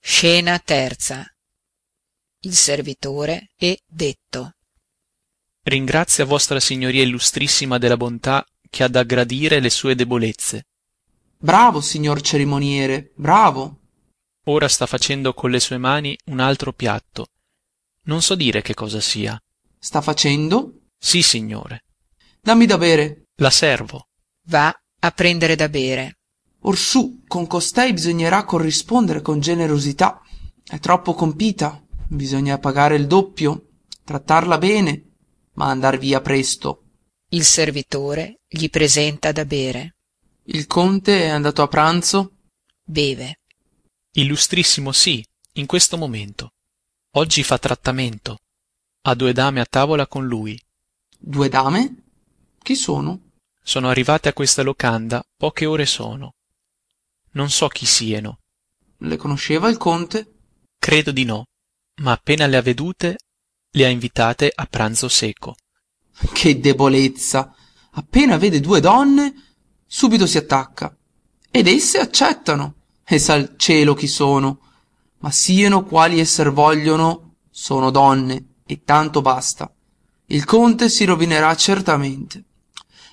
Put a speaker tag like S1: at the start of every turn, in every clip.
S1: scena terza il servitore e detto
S2: ringrazia vostra signoria illustrissima della bontà che ha da gradire le sue debolezze
S3: bravo signor cerimoniere bravo
S2: ora sta facendo con le sue mani un altro piatto non so dire che cosa sia
S3: sta facendo
S2: sì signore
S3: dammi da bere
S2: la servo
S1: va a prendere da bere
S3: orsù con costei bisognerà corrispondere con generosità è troppo compita bisogna pagare il doppio trattarla bene ma andar via presto
S1: il servitore gli presenta da bere
S3: il conte è andato a pranzo
S1: beve
S2: illustrissimo sì in questo momento oggi fa trattamento ha due dame a tavola con lui
S3: due dame chi sono
S2: sono arrivate a questa locanda poche ore sono non so chi sieno
S3: le conosceva il conte
S2: credo di no ma appena le ha vedute le ha invitate a pranzo secco
S3: che debolezza appena vede due donne subito si attacca ed esse accettano e sa il cielo chi sono ma sieno quali esser vogliono sono donne e tanto basta il conte si rovinerà certamente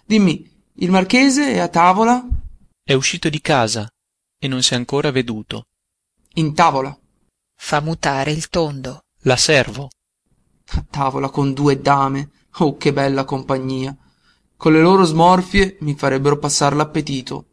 S3: dimmi il marchese è a tavola
S2: è uscito di casa e non s'è ancora veduto
S3: in tavola
S1: fa mutare il tondo
S2: la servo
S3: a tavola con due dame oh che bella compagnia con le loro smorfie mi farebbero passar l'appetito